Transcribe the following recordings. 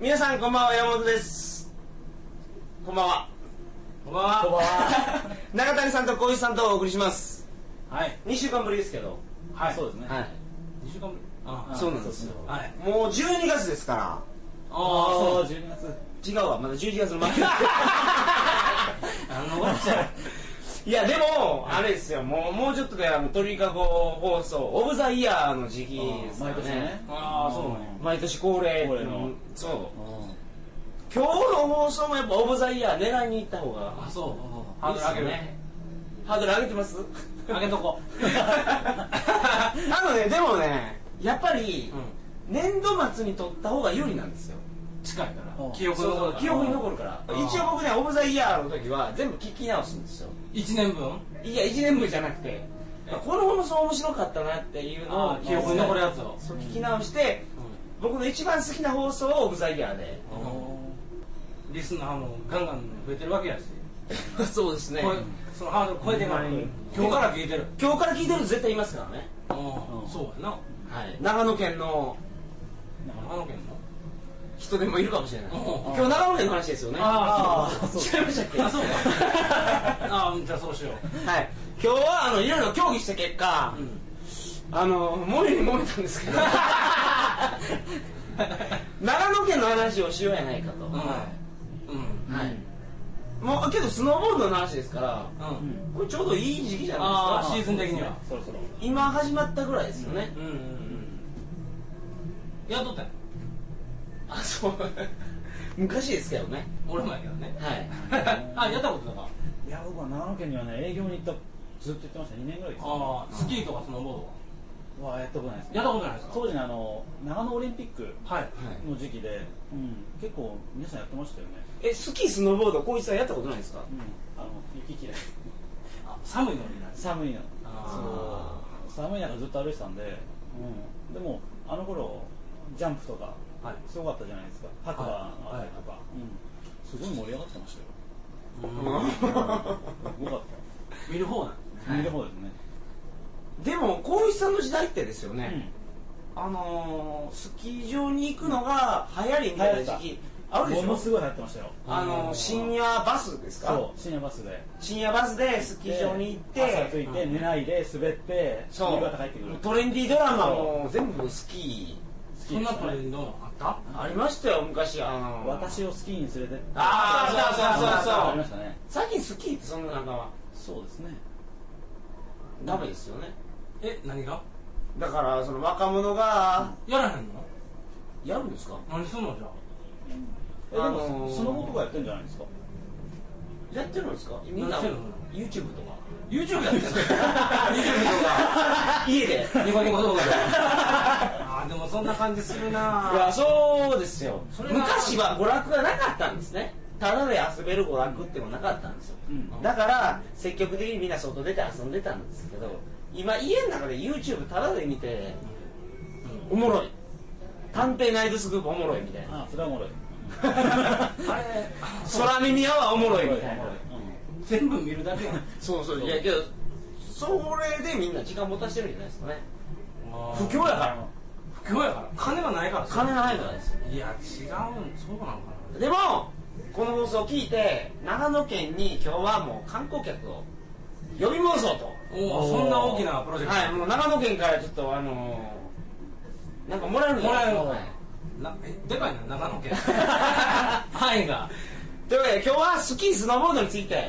皆さんこんばんは山本ですこんばんはこんばんは。こんばんは。中谷さんと浩一さんとお送りしますはい。 2週間ぶりですけどはい。そうですね。はい二週間ぶり。あそうなんですよはい。もう12月ですからああ、そう、12月。違うわまだ11月の 末あの、終わっちゃう。いやでもあれですよもうもうちょっとであの鳥かご放送オブザイヤーの時期ですから毎年ねああ、そうなんや。毎年恒例恒例のうんそう今日の放送もやっぱオブザイヤー狙いに行った方があ、そう。いいっすよ上げる。ハードル上げてます上げとこ。 あのねでもねやっぱり年度末に撮った方が有利なんですよ 近いから。うん記憶そうそう記憶に残る。るからうん一応僕ねオブザイヤーの時は全部聞き直すんですよ一年分いや1年分じゃなくてこの放送面白かったなっていうのをあー記憶に残るやつを。そう聞き直して僕の一番好きな放送をオブザイヤーでリスナーもガンガン増えてるわけやし。 そうですねこれそのハードル超えてからうん今日から聞いてる。今日から聞いてると絶対いますからねうんそうやな。はい長野県の長野県の。人でもいるかもしれないうん今日長野県の話ですよねあーそう違いましたっけあ、そうか。あー、じゃあそうしよう。はい今日はあのいろいろ協議した結果、あのもえにもえたんですけ ど長野県の話をしようやないかと、はい。うん。はいもうけどスノーボードの話ですからうん。これちょうどいい時期じゃないあですあ、かシーズン的には。そろそろ今始まったぐらいですよね、うんうんうん。やっとったよ。あそう 昔ですけどね俺もやけどね。はい あ、やったこととか。いや僕は長野県にはね営業に行ったずっと行ってました2年ぐらいですああ、スキーとかスノーボードはやったことないですやったことないですか当時のあの長野オリンピックは。はい。の時期で、うん、結構皆さんやってましたよね、えスキースノーボード光一さんやったことないですかうん、あの雪嫌いあ寒いのになる。寒いのあそう寒い中ずっと歩いてたんで、うん、でもあの頃ジャンプとかはい。すごかったじゃないですか白馬のあれとか、うん、すごい盛り上がってましたよすごかっ見る方なん。た見る方ですね、でも光一さんの時代ってですよね、うんあのー、スキー場に行くのが流行りみたいな時期あるでしものすょごい流行ってましたよあのー、深夜バスですかそう深夜バスで深夜バスでスキー場に行朝着っていて、寝ないで滑ってそう夕方帰ってくるトレンディードラマも全部スキそんなトレンドあったーありましたよ昔あのー、私をスキーに連れてってあーそうそうそうそうありましたね最近スキーってそんななんかそうですねダメですよねえ、何がだからその若者がやらへんのやるんですか何すんのじゃえでも、あのースノボとかやってんじゃないですかやってるんですかみんやなってるの YouTube とかあ。YouTube やってる YouTube とか。 家でニコニコ動画で。 あー、でもそんな感じするいなやそうですよそれは昔は娯楽がなかったんですねただで遊べる娯楽っていうのはなかったんですよ、うんだから積極的にみんな外出て遊んでたんですけど今家の中で YouTube ただで見て、おもろい探偵ナイトスクープおもろいみたいなああそれはおもろいあれ、 空耳アワーおもろいみおたいもなろい全部見るだけやん。そうそういやけどそれでみんな時間持たしてるんじゃないですかね不不況やから不況やから。金がないから。金ないからですよいや、違うん、そうなのかでもこの放送を聞いて長野県に今日はもう観光客を呼び戻そうとな。おお、そんな大きなプロジェクト。はいもう長野県からちょっとあのー、なんかもらえるんじゃないですかもらえはるいなえでかいな、長野 県。範囲が。というわけで今日はスキースノーボードについてよ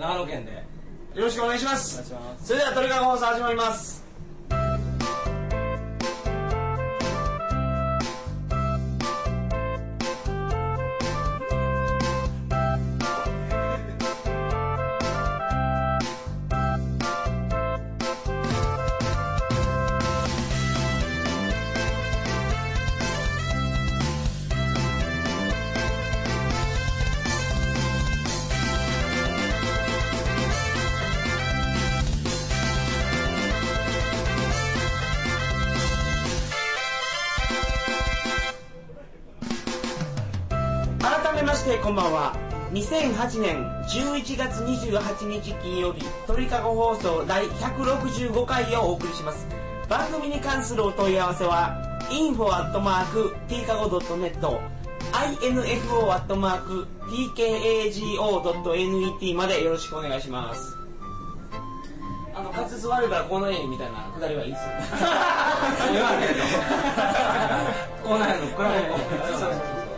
長野県で。ろしくお願いしまお願いすしますそれではトリガー放送始まります改めましてこんばんは2008年11月28日金曜日鳥かご放送第165回をお送りします番組に関するお問い合わせは info.tkago.net info.tkago.net までよろしくお願いしますあの滑舌悪いからこの絵みたいなくだりはいいです よ言わんけどこうなんやのこれもそうそうそう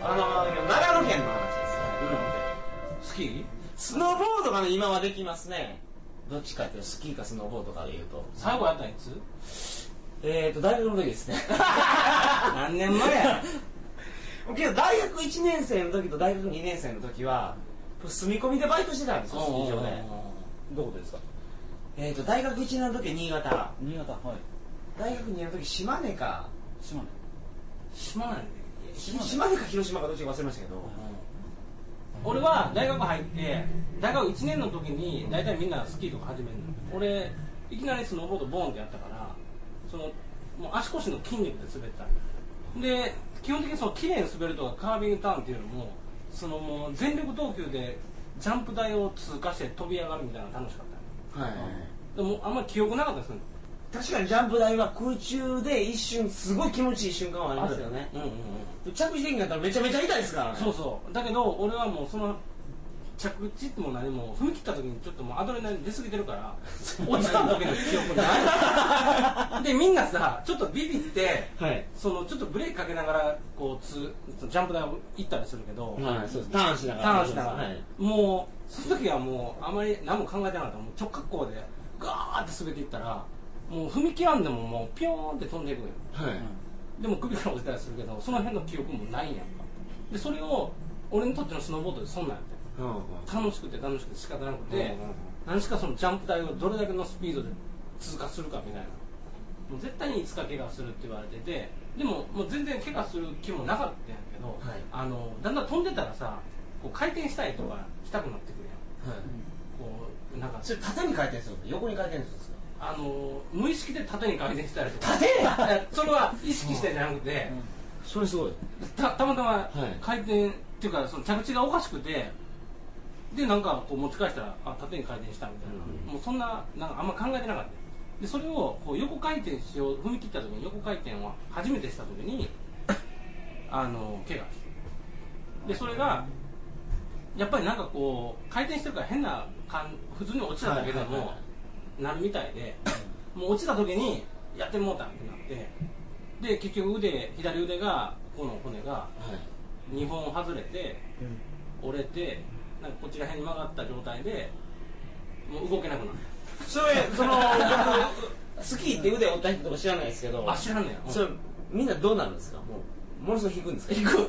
あの長野県の話ですスキースノーボードがね今はできますねどっちかっていうとスキーかスノーボードかで言うと最後やったんいつえーと大学の時です ね何年前 やけど大学1年生の時と大学2年生の時は住み込みでバイトしてたんですよスキー場でどこですかえーと大学1年の時新潟新潟はい大学2年の時島根か島根島なんでひ島根か広島かどっちか忘れましたけど、俺は大学入って大学1年の時に大体みんなスキーとか始めるの俺いきなりスノーボードボーンってやったからそのもう足腰の筋肉で滑ったんよで基本的にその綺麗に滑るとかカービングターンっていうのもそのもう全力投球でジャンプ台を通過して飛び上がるみたいなのが楽しかっはいたんよでもあんまり記憶なかったですよ確かにジャンプ台は空中で一瞬すごい気持ちいい瞬間はありますよねうんうんうん着地できなかったらめちゃめちゃ痛いですからねそうそうだけど俺はもうその着地も何も踏み切った時にちょっともうアドレナリン出過ぎて るから落ちた時の記憶ないでみんなさちょっとビビってはいそのちょっとブレーキかけながらこうつジャンプ台を行ったりするけど、はいそうですターンしながタらーンしながら、はいもうその時はもうあまり何も考えてなかったもう直角行でガーって滑っていったらもう踏み切らんでももうピョーンって飛んでいくのよはいでも首から落ちたりするけどその辺の記憶もないんやんかでそれを俺にとってのスノーボードでそんなんやってうんうん楽しくて楽しくて仕方なくて、うんうんうん何しかそのジャンプ台をどれだけのスピードで通過するかみたいなもう絶対にいつか怪我するって言われててでももう全然怪我する気もなかったんやけど、はいあのだんだん飛んでたらさこう回転したいとかしたくなってくるやんはいこうなんかそれ縦に回転するの横に回転するんですかあの無意識で縦に回転したりとか縦いや それは意識してじゃなくて、それすごいたたまたまい回転、っていうかその着地がおかしくてでなんかこう持ち返したらあ縦に回転したみたいな、うんもうそんななんかあんま考えてなかったでそれをこう横回転しよう踏み切った時に横回転を初めてした時 にあの怪我してでそれがやっぱりなんかこう回転してるから変な感普通に落ちただけではいはいはいもはなるみたいでもう落ちた時にやってもうたってなってで結局腕左腕がこの骨がは2本外れて折れてなんかこちら辺に曲がった状態でもう動けなくなっいそれその僕スキーって腕折った人とか知らないですけどたあ知らんねや、それみんなどうなるんですかもうものすごい引くんですか 引く4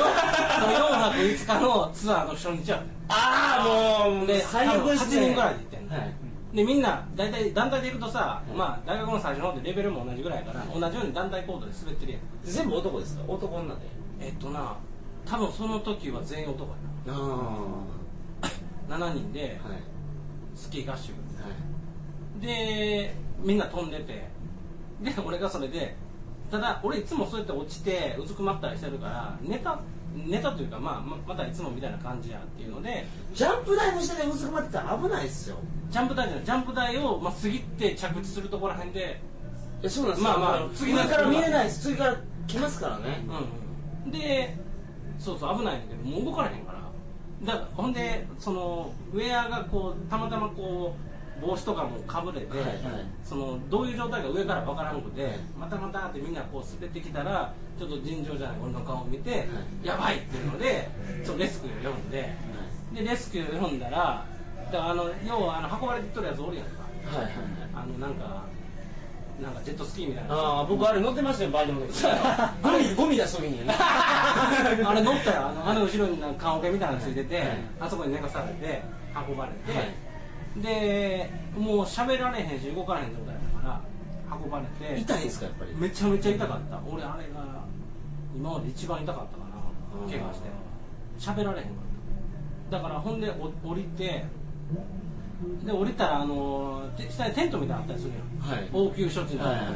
泊5日のツアーの初日やったああもうで最悪ですね多分8人ぐらいで行ってんのはいでみんな大体団体で行くとさ、まあ、大学の最初の方でレベルも同じぐらいやから同じように団体コートで滑ってるやん全部男ですか男女でえっとな多分その時は全員男やああはな7人でいスキー合宿はいでみんな飛んでてで俺がそれでただ俺いつもそうやって落ちてうずくまったりしてるから寝た寝たというか、まあ、ままたいつもみたいな感じやっていうのでジャンプ台の下でうずくまってたら危ないですよジャンプ台じゃないジャンプ台を、まあ、過ぎて着地するところら辺でえそうなんですよ次上かからら見見ええなないです次から来ますからねうんうん、でそうそう危ないんだけどもう動かれへんからだほんでそのウェアがこうたまたまこう帽子とかもかぶれて、はいはいそのどういう状態か上から分からんくて、またまたってみんなこう滑ってきたらちょっと尋常じゃない俺の顔を見て、やばいっていうのでちょっとレスキューを読んででレスキューを読んだらだからあの要はあの運ばれてっとるやつおるやんかはいはいはいあのなんかなんかジェットスキーみたいなああ僕あれ乗ってましたよバイトの時 ゴミゴミ出す時 に あれ乗ったよあのあの後ろになんか棺桶みたいなのついてて、はいあそこに寝かされて運ばれて、はでもう喋られへんし動かれへん状態だから運ばれ て痛いですかやっぱりめちゃめちゃ痛かった俺あれが今まで一番痛かったかうんな怪我して喋られへんかっただからほんでお降りてで降りたらあのて下にテントみたいなのあったりするやんはい応急処置の、はいはいはい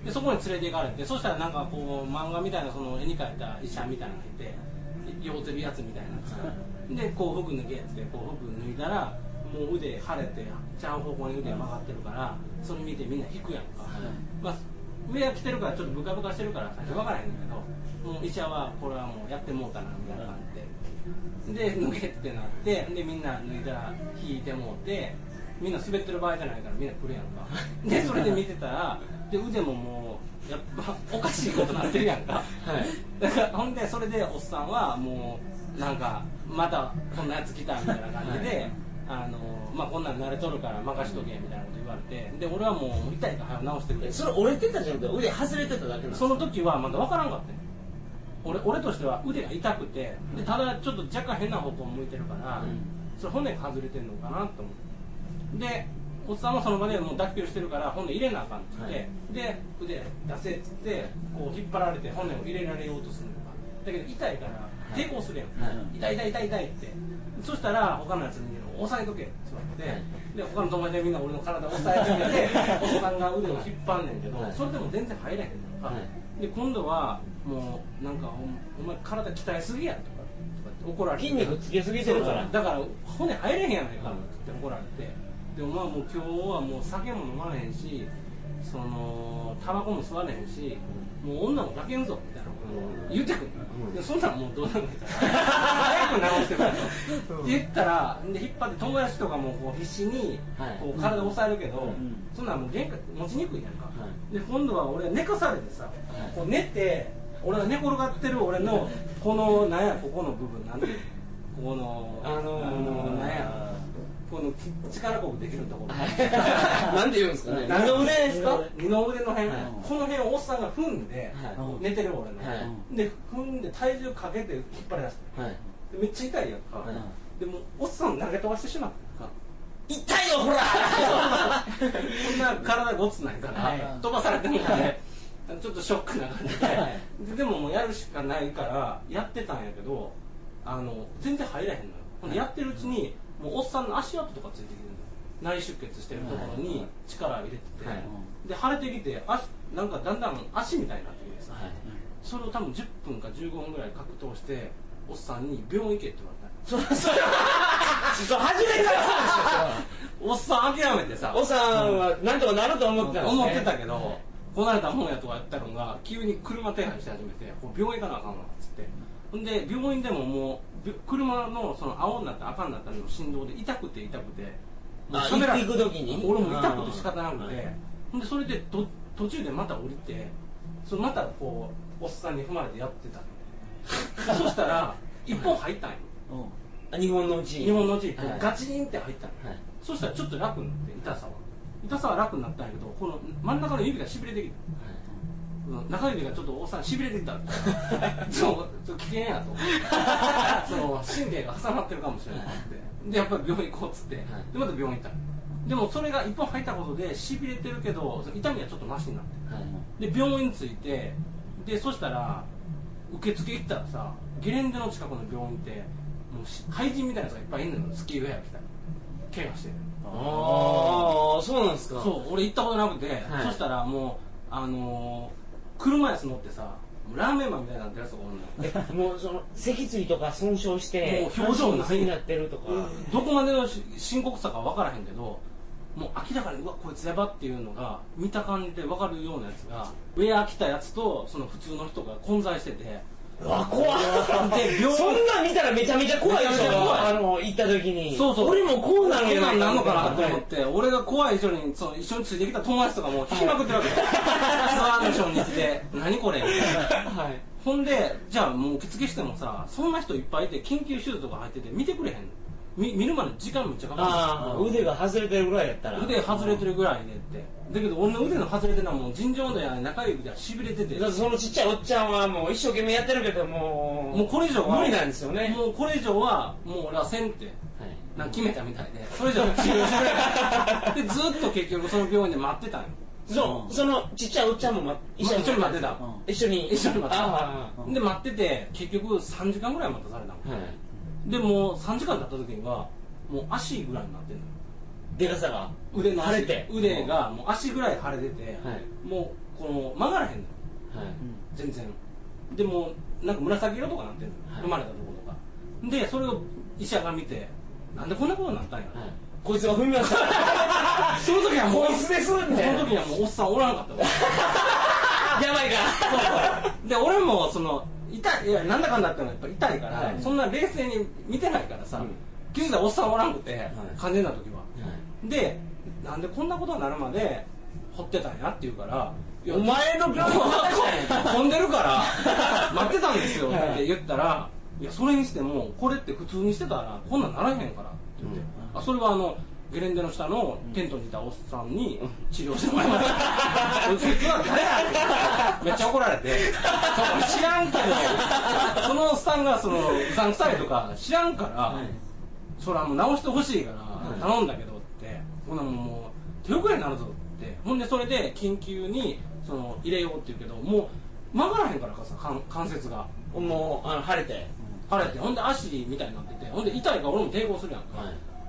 でそこに連れて行かれてそしたらなんかこう漫画みたいなその絵に描いた医者みたいなのがいて酔うてるやつみたいなやつがでこう服脱げっつってこう服脱いだらもう腕腫れてちゃう方向に腕曲がってるからそれ見てみんな引くやんか、まあ、上は着てるからちょっとブカブカしてるから最初分からへんねんけどもう医者はこれはもうやってもうたなみたいな感じでで脱げってなってでみんな脱いだら引いてもうてみんな滑ってる場合じゃないからみんな来るやん かでそれで見てたらで腕ももうやっぱおかしいことなってるやんか、だからほんでそれでおっさんはもうなんかまたこんなやつ来たみたいな感じで、はいあのまあこんなん慣れとるから任しとけみたいなこと言われてで俺はもう痛いから早く直してくれえそれ折れてたじゃなくて腕外れてただけなんですそかの時はまだ分からんかったよ俺俺としては腕が痛くてでただちょっと若干変な方向向いてるかうら、んそれ骨が外れてるのかなと思ってでおっさんはその場でもう脱臼してるから骨入れなあかんって言って、はいで腕出せっつってこう引っ張られて骨を入れられようとするのかだけど痛いからい抵抗するやん、はい痛い痛い痛い痛いってそしたら他のやつに押さえとけって言われて、で他の友達がみんな俺の体を押さえて くれておっさんが腕を引っ張んねんけど、はいそれでも全然入らへんねんか、はで今度はもうなんかおお前体鍛えすぎやとかとかって怒られて筋肉つけすぎてるからだから骨入れへんやないかって怒られてでお前もう今日はもう酒も飲まれへんしそのタバコも吸われへんしもう女も抱けんぞみたいなことを言ってくる、うんでそんなんもうどうなんだ早く直してくれとって言ったらで引っ張って友達とかもこう必死にはいこう体を押さえるけど、んそんなんもう限界持ちにくいやんか、はで今度は俺は寝かされてさ、こう寝て俺が寝転がってる俺のこのなんやここの部分なんていうのここのあのーなんやこのき力こぶできるところ、はい なんて言うんですかね何何の腕ですか二の腕の辺、はいこの辺をおっさんが踏んで、は寝てる俺の、はで踏んで体重かけて引っ張り出してはいでめっちゃ痛いやんか、はいでもおっさんを投げ飛ばしてしまった痛いよ ほらそんな体ごつないから、はい飛ばされてもね、ちょっとショックな感じで、はででももうやるしかないから、やってたんやけど、あの全然入らへんのよ、ほんでやってるうちに、もうおっさんの足跡とかついてきてるのよ、内出血してるところに力入れてて、はいで腫れてきて足、なんかだんだん足みたいになってきてさ、はいそれを多分10分か15分ぐらい格闘して、おっさんに病院行けって言われた。そらそらそう初めからそうですよそれはおっさん諦めてさおさんはなんとかなると思ってたんですね思ってたけど、こなれたもんやとかやったのが、急に車手配し始めて、こう病院行かなあかんわっつって、ほんで、病院でももう、び車のその青になった、赤になったの振動で痛くて痛くて、あカメラ行っていく時に俺も痛くて仕方なくあーはてい、ほんで、それでと途中でまた降りて、そのまたこう、おっさんに踏まれてやってたのそしたら、一本 入ったんよ、あ日本のうちに日本のうちにこうはいガチンって入ったの。はいそしたらちょっと楽になって痛さは痛さは楽になったんやけどこの真ん中の指がしびれてきたこの中指がちょっとおっさんしびれてきたそうちょっと危険やとその神経が挟まってるかもしれないってでやっぱり病院行こうっつってでまた病院行ったのでもそれが一本入ったことでしびれてるけどその痛みはちょっとマシになってはいで病院着いてでそしたら受付行ったらさゲレンデの近くの病院ってもうし廃人みたいなやつがいっぱいいんのよスキーウェア着たり怪我してるああそうなんですかそう俺行ったことなくて、はいそしたらもうあのー車椅子乗ってさもうラーメンマンみたいになってるやつがおんのえよもうその脊椎とか損傷してもう表情な半い身不随になってるとかどこまでのし深刻さか分からへんけどもう明らかにうわこいつやばっていうのが見た感じで分かるようなやつがウェア着たやつとその普通の人が混在しててうわ怖っで病そんなん見たらめちゃめちゃ怖いでしめちゃめちゃ怖ょいあの行った時にそうそう俺もこうなるんやんななのかなと 思って、俺が怖い以上にその一緒についてきた友達とかも引きまくってる わけよツアーの初日で「何これ」みたいな、ほんでじゃあもう受付してもさそんな人いっぱいいて緊急手術とか入ってて見てくれへんのみ見るまで時間めっちゃかかるああ腕が外れてるぐらいやったら腕外れてるぐらいでってだけど俺の腕の外れてるのはもう尋常度や中指でしびれててだってそのちっちゃいおっちゃんはもう一生懸命やってるけどもうもうこれ以上は無理なんですよねもうこれ以上はもう俺はせんってはいなんか決めたみたいでそれ以上は治療して くれでずっと結局その病院で待ってたんよそううそのちっちゃいおっちゃんもま一緒に待ってた、一緒に一緒に待ってあたで待ってて結局3時間ぐらい待たされたのあはいでもう3時間経った時にはもう足ぐらいになってんのでかさが腕の足腫れて腕がもう足ぐらい腫れてて、はいもうこの曲がらへんはのい全然でもうなんか紫色とかなってんの、はい生まれたところとかでそれを医者が見てなんでこんなことになったんや、 はいこいつが踏みましたその時はもうこいつですみそたいな の時にはもうおっさんおらなかったわ やばいからで俺もその痛いいやなんだかんだってのはやっぱ痛いから、はいそんな冷静に見てないからさ、うん気づいたらおっさんおらんくて、完全な時は、はでなんでこんなことになるまで掘ってたんやって言うからいやお 前の病院の話や ねん飛んでる から待ってたんですよはいって言ったらいやそれにしてもこれって普通にしてたらこんなんならへんからって言って、あそれはあのゲレンデの下のテントにいたおっさんに治療してもらい ました「そいつは誰や?」ってめっちゃ怒られて「そこ知らんけどそのおっさんがそのうさんくさいとか知らんから、それはもう直してほしいから頼んだけどって、ほなもう手遅れになるぞってほんでそれで緊急にその入れようって言うけどもう曲がらへんからかさ関関節がいもうあの晴れて腫れてほんで足みたいになっててほんで痛いから俺も抵抗するやんか、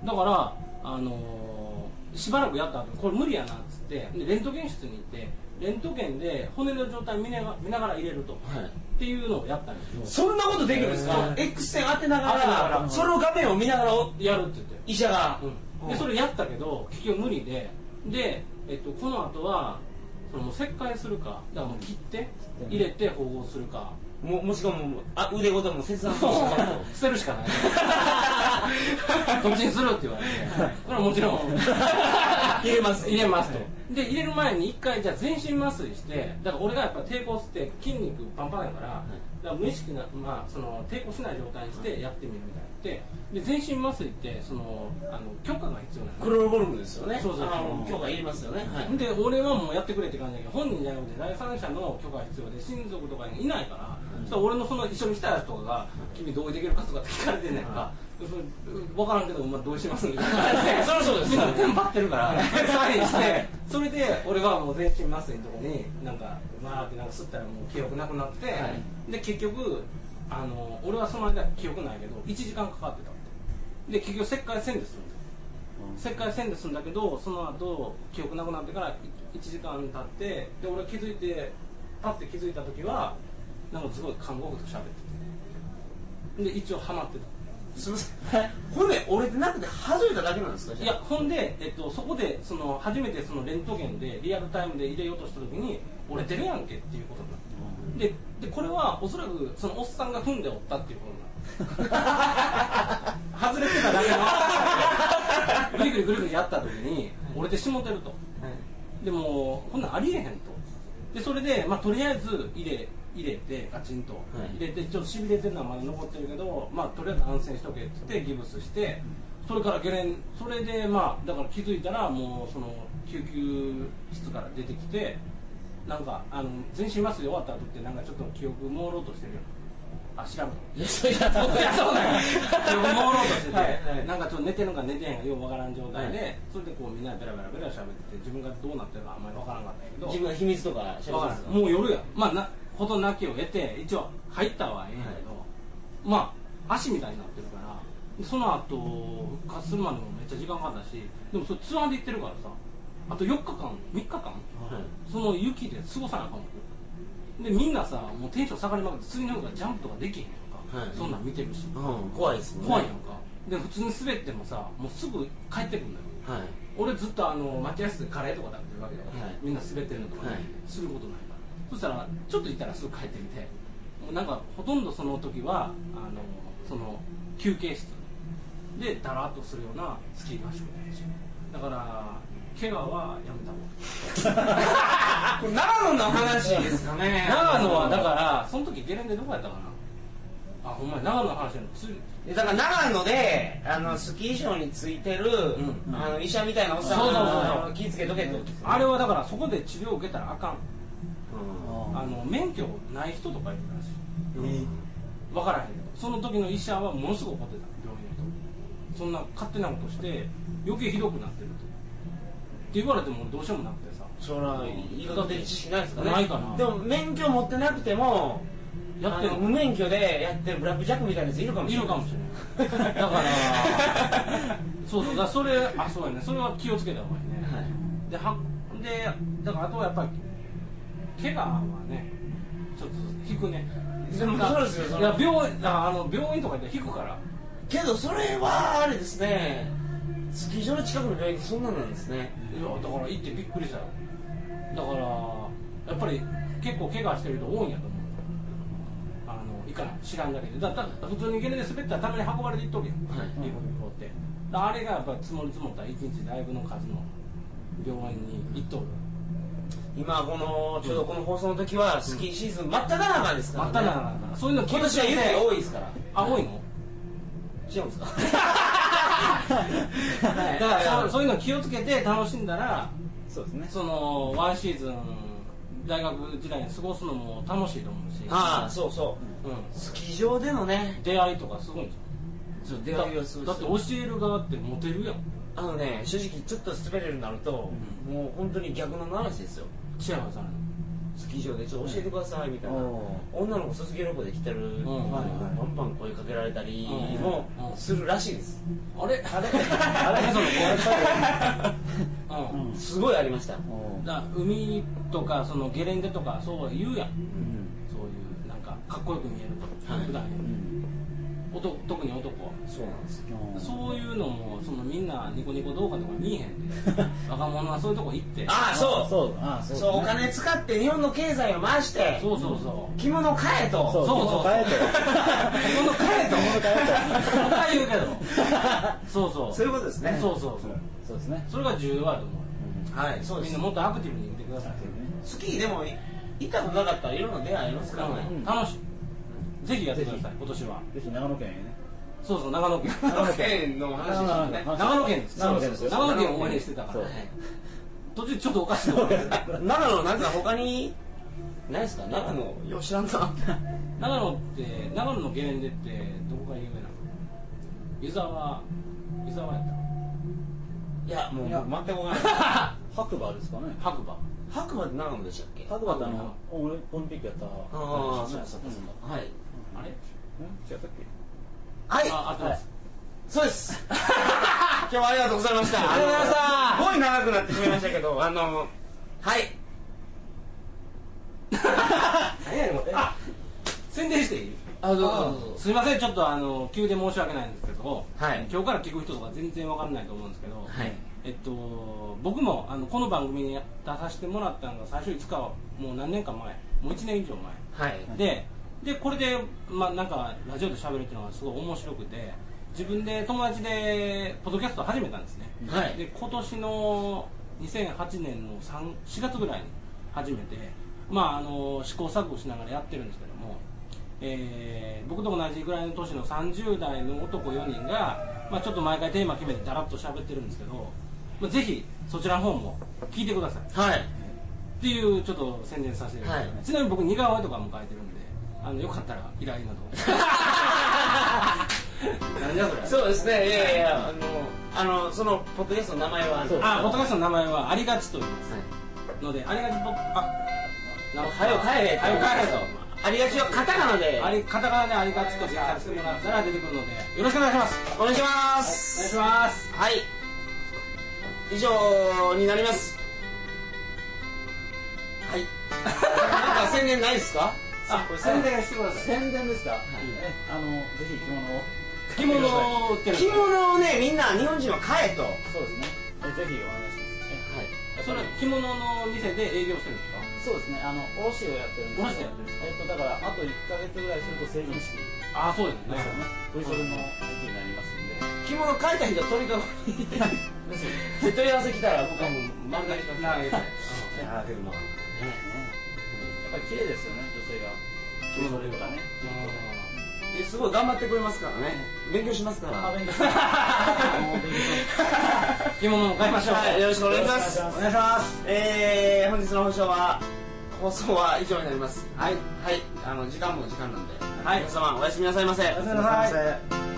だからあのーしばらくやった後これ無理やなっつってでレントゲン室に行ってレントゲンで骨の状態見なが見ながら入れると、っていうのをやったんやけどそんなことできるんですか X 線当てなが当てながららそれを画面を見ながらおやるって言って医者がでそれやったけど結局無理でで、えっと、この後はそのもう切開するかだからもう切って入れて縫合するかももしくはもうあ腕ごとも切断するしか ないと捨てるしかないどっちにするって言われてそれはもちろん 入れます入れますとで入れる前に一回じゃあ全身麻酔してだから俺がやっぱ抵抗して筋肉パンパンやから,、だから無意識な、まあ、その抵抗しない状態にしてやってみるみたいなで全身麻酔ってそのあの許可が必要なんですクロロゴルムですよねそうそうそうあの許可いりますよねはいで俺はもうやってくれって感じだけど本人じゃなくて第三者の許可が必要で親族とかいないから、そしたら俺のその一緒に来たやつとかが「君同意できるか?」とかって聞かれてんねんか、でそれ分からんけど、まあ、同意しますみたいな感じでそりゃそうですみんなテンパってるからサインしてそれで俺がもう全身麻酔のとこになんかわーってなんか吸ったらもう記憶なくなって、で結局あの俺はその間記憶ないけど1時間かかってたってで結局切開せんですよ切開せんで済んだけどその後記憶なくなってから1時間経ってで俺気づいてパッて気づいた時はなんかすごい看護婦と喋っててで一応ハマってたすみません骨折れてなくて外れただけなんですかいやほんで、えっと、そこでその初めてそのレントゲンでリアルタイムで入れようとした時に折れてるやんけっていうことになってででこれはおそらくそのおっさんが踏んで折ったっていうことになって外れてただけのぐりぐりぐりぐりやった時に折れてしもてると。でもこんなんありえへんとでそれで、まあ、とりあえず入れ入れてガチンとい入れて、ちょっとしびれてるのはまだ残ってるけど、まあ、とりあえず安静しとけって言ってギブスしてそれからゲレンそれでまあだから気づいたらもうその救急室から出てきてなんかあの全身麻酔終わった後ってなんかちょっと記憶朦朧としてるよあ調べたいやそれそうやそうだよ記憶朦朧としてて、はいはいなんかちょっと寝てるのか寝てへんかようわからん状態で、はそれでこうみんなでベラベラベラ喋ってて自分がどうなってるかあんまりわからんかったんやけど自分の秘密とか喋わっかてらんたもう夜やまあなことなきを得て一応入ったはええんやけど、まあ足みたいになってるからその後復活するまでもめっちゃ時間かかったしでもそれツアーで行ってるからさあと4日間3日間はいその雪で過ごさなあかんわけでみんなさもうテンション下がりまくって次の日からジャンプとかできへんやんか、はいそんなん見てるしうん怖いですもんね怖いやんかで普通に滑ってもさもうすぐ帰ってくるんだよはい俺ずっとあの待合室でカレーとか食べてるわけだから、はいみんな滑ってるのとかね、はいすることないからそしたらちょっと行ったらすぐ帰ってきてもうなんかほとんどその時はあのその休憩室でだらっとするようなスキー合宿だしだから怪我はやめた方がいいこれ長野の話ですかね長野はだからその時ゲレンデどこやったかなあほんまや長野の話やのつでだから長野であのスキー場についてる、んあの医者みたいなおっさんそうそうそうあの気ぃつけとけってことですねあれはだからそこで治療を受けたらあかんああの免許ない人とかいるらしい分からへんけどその時の医者はものすごく怒ってた病院の人そんな勝手なことして余計ひどくなってるとって言われても俺どうしようもなくてさそら医学的知識ないですかねないかなでも免許持ってなくてもやってるあの無免許でやってるブラックジャックみたいなやついるかもしいれないるかもしれないだからそうそうだからそれあそうやねそれは気をつけた方がいいねはいではでだからあとはやっぱり怪我はねちょっと引くねでもそうですよそいのや病院ああの病院とかで引くからけどそれはあれですねスキー場の近くの病院ってそんなんなんですねいやだから行ってびっくりしたよだからやっぱり結構怪我してる人多いんやと思うあのいかない知らんだけでだだ普通にゲネで滑ったらたまに運ばれていっとるやん、はい日本旅行ってだあれがやっぱ積もり積もったら一日だいぶの数の病院に行っとる今このちょうどこの放送の時はスキーシーズン真っ只中ですから、まね、たならそういうの聞いて今年は雪が多いですからあ多いの違うんですか だからそうそういうの気をつけて楽しんだらそうですねそのワンシーズン大学時代に過ごすのも楽しいと思うしああそうそううスキー場でのねん、出会いとかすごいんじゃんちょっとだって教える側ってモテるやんあのね正直ちょっと滑れるようになると、もう本当に逆の話ですよ千山さんスキー場でちょっと教えてくださいみたいな、お女の子卒業旅行で来てる、んバンバン声かけられたりうんもうんするらしいです、あれあれあれそのうんすごいありましたうんだから海とかそのゲレンデとかそうは言うやんうんそういうなんかかっこよく見えると、はい普段ようりん男特に男はそうなんですよそういうのもそのみんなニコニコ動画とか見えへんで若者はそういうとこ行ってああそうそうそうあそうお金使って日本の経済を回してそうそうそう着物買えとそうそうそう変えてこの彼と物買え とそんな言うけどそうそうそういうことですねそうそうそうそうですねそれが重要だと思はいそううでみすんなもっとアクティブに見てください、スキーでもい行ったことなかったらいろんな出会いありますからね、うん楽しいぜひやってください今年はぜひ長野県へねそうそう長野県長野県の話でしたねあ長野県です長野県ですよ長野県を応援してたかそうら途中ちょっとおかしいと思う長野なんか他にないですか長野よう知らんな長野って長野のゲレンデってどこが有名なの湯沢湯沢やっいやもういや全く分からない白馬ですかねた白馬 白馬って長野でしたっけ白馬ってあのオリンピックやったああそうでかすそうかねそうかはいあれうん違ったっけはいあ合ってますそうです 今日はありがとうございましたありがとうございましたすごい長くなってしまいましたけ どあのはい何やねんこれあ宣伝していいあどうぞどうぞすいませんちょっとあの急で申し訳ないんですけど、はい今日から聞く人とか全然わかんないと思うんですけど、はいえっと、僕もあのこの番組に出させてもらったのが最初いつかはもう何年か前もう1年以上はい前ででこれで、まあ、なんかラジオで喋るっていうのがすごい面白くて自分で友達でポッドキャストを始めたんですね、はいで今年の2008年の3 4月ぐらいに始めて、まあ、あの試行錯誤しながらやってるんですけども、えー僕と同じぐらいの年の30代の男4人が、まあ、ちょっと毎回テーマ決めてだらっと喋ってるんですけど、まあ、ぜひそちらの方も聞いてくださいっはいていうちょっと宣伝させていただきます、はいちなみに僕似顔絵とかも描いてるんであのよかったら依頼などなんじゃそれそうですねいやいやあのあのそのポッドキャストの名前はそうあポッドキャストの名前はありがちと言いますはいので、ありがちポッ、あ、なるほはよ帰れはよ帰れと。ありがちはカタカナであり、カタカナでありがちと検索してもらったら出てくるので、よろしくお願いします。お願いしまお願いすします。はい以上になりますはいなんか宣伝ないですかあ、宣伝してください。宣伝ですかえあのぜひ着物を着物を売ってる。着物をねみんな日本人は買えとはいそうですねえぜひお願いしますえそれは着物の店で営業してるんですかそうですね、あの卸をやってるんです卸けやどってるんです、えっとだからあと1ヶ月ぐらいすると成人式であ、そうですすよね。ね、V ショルの時期になりますんで、着物買えた人は鳥かご にで問い合わせ来たら僕はもう丸投げします投げていやーでもまあねやっぱり綺麗ですよね、女性が着物とかね。ですごい頑張ってくれますからね勉強します からあ勉強しますもう勉強しうん 着物も買いましょう。はい、よろしくお願いします。お願いしますいします。えー、本日の放送は、放送は以上になります。はい。はい、あの、時間も時間なんで。はい皆様、おやすみなさいませ。おやますおやすみなさい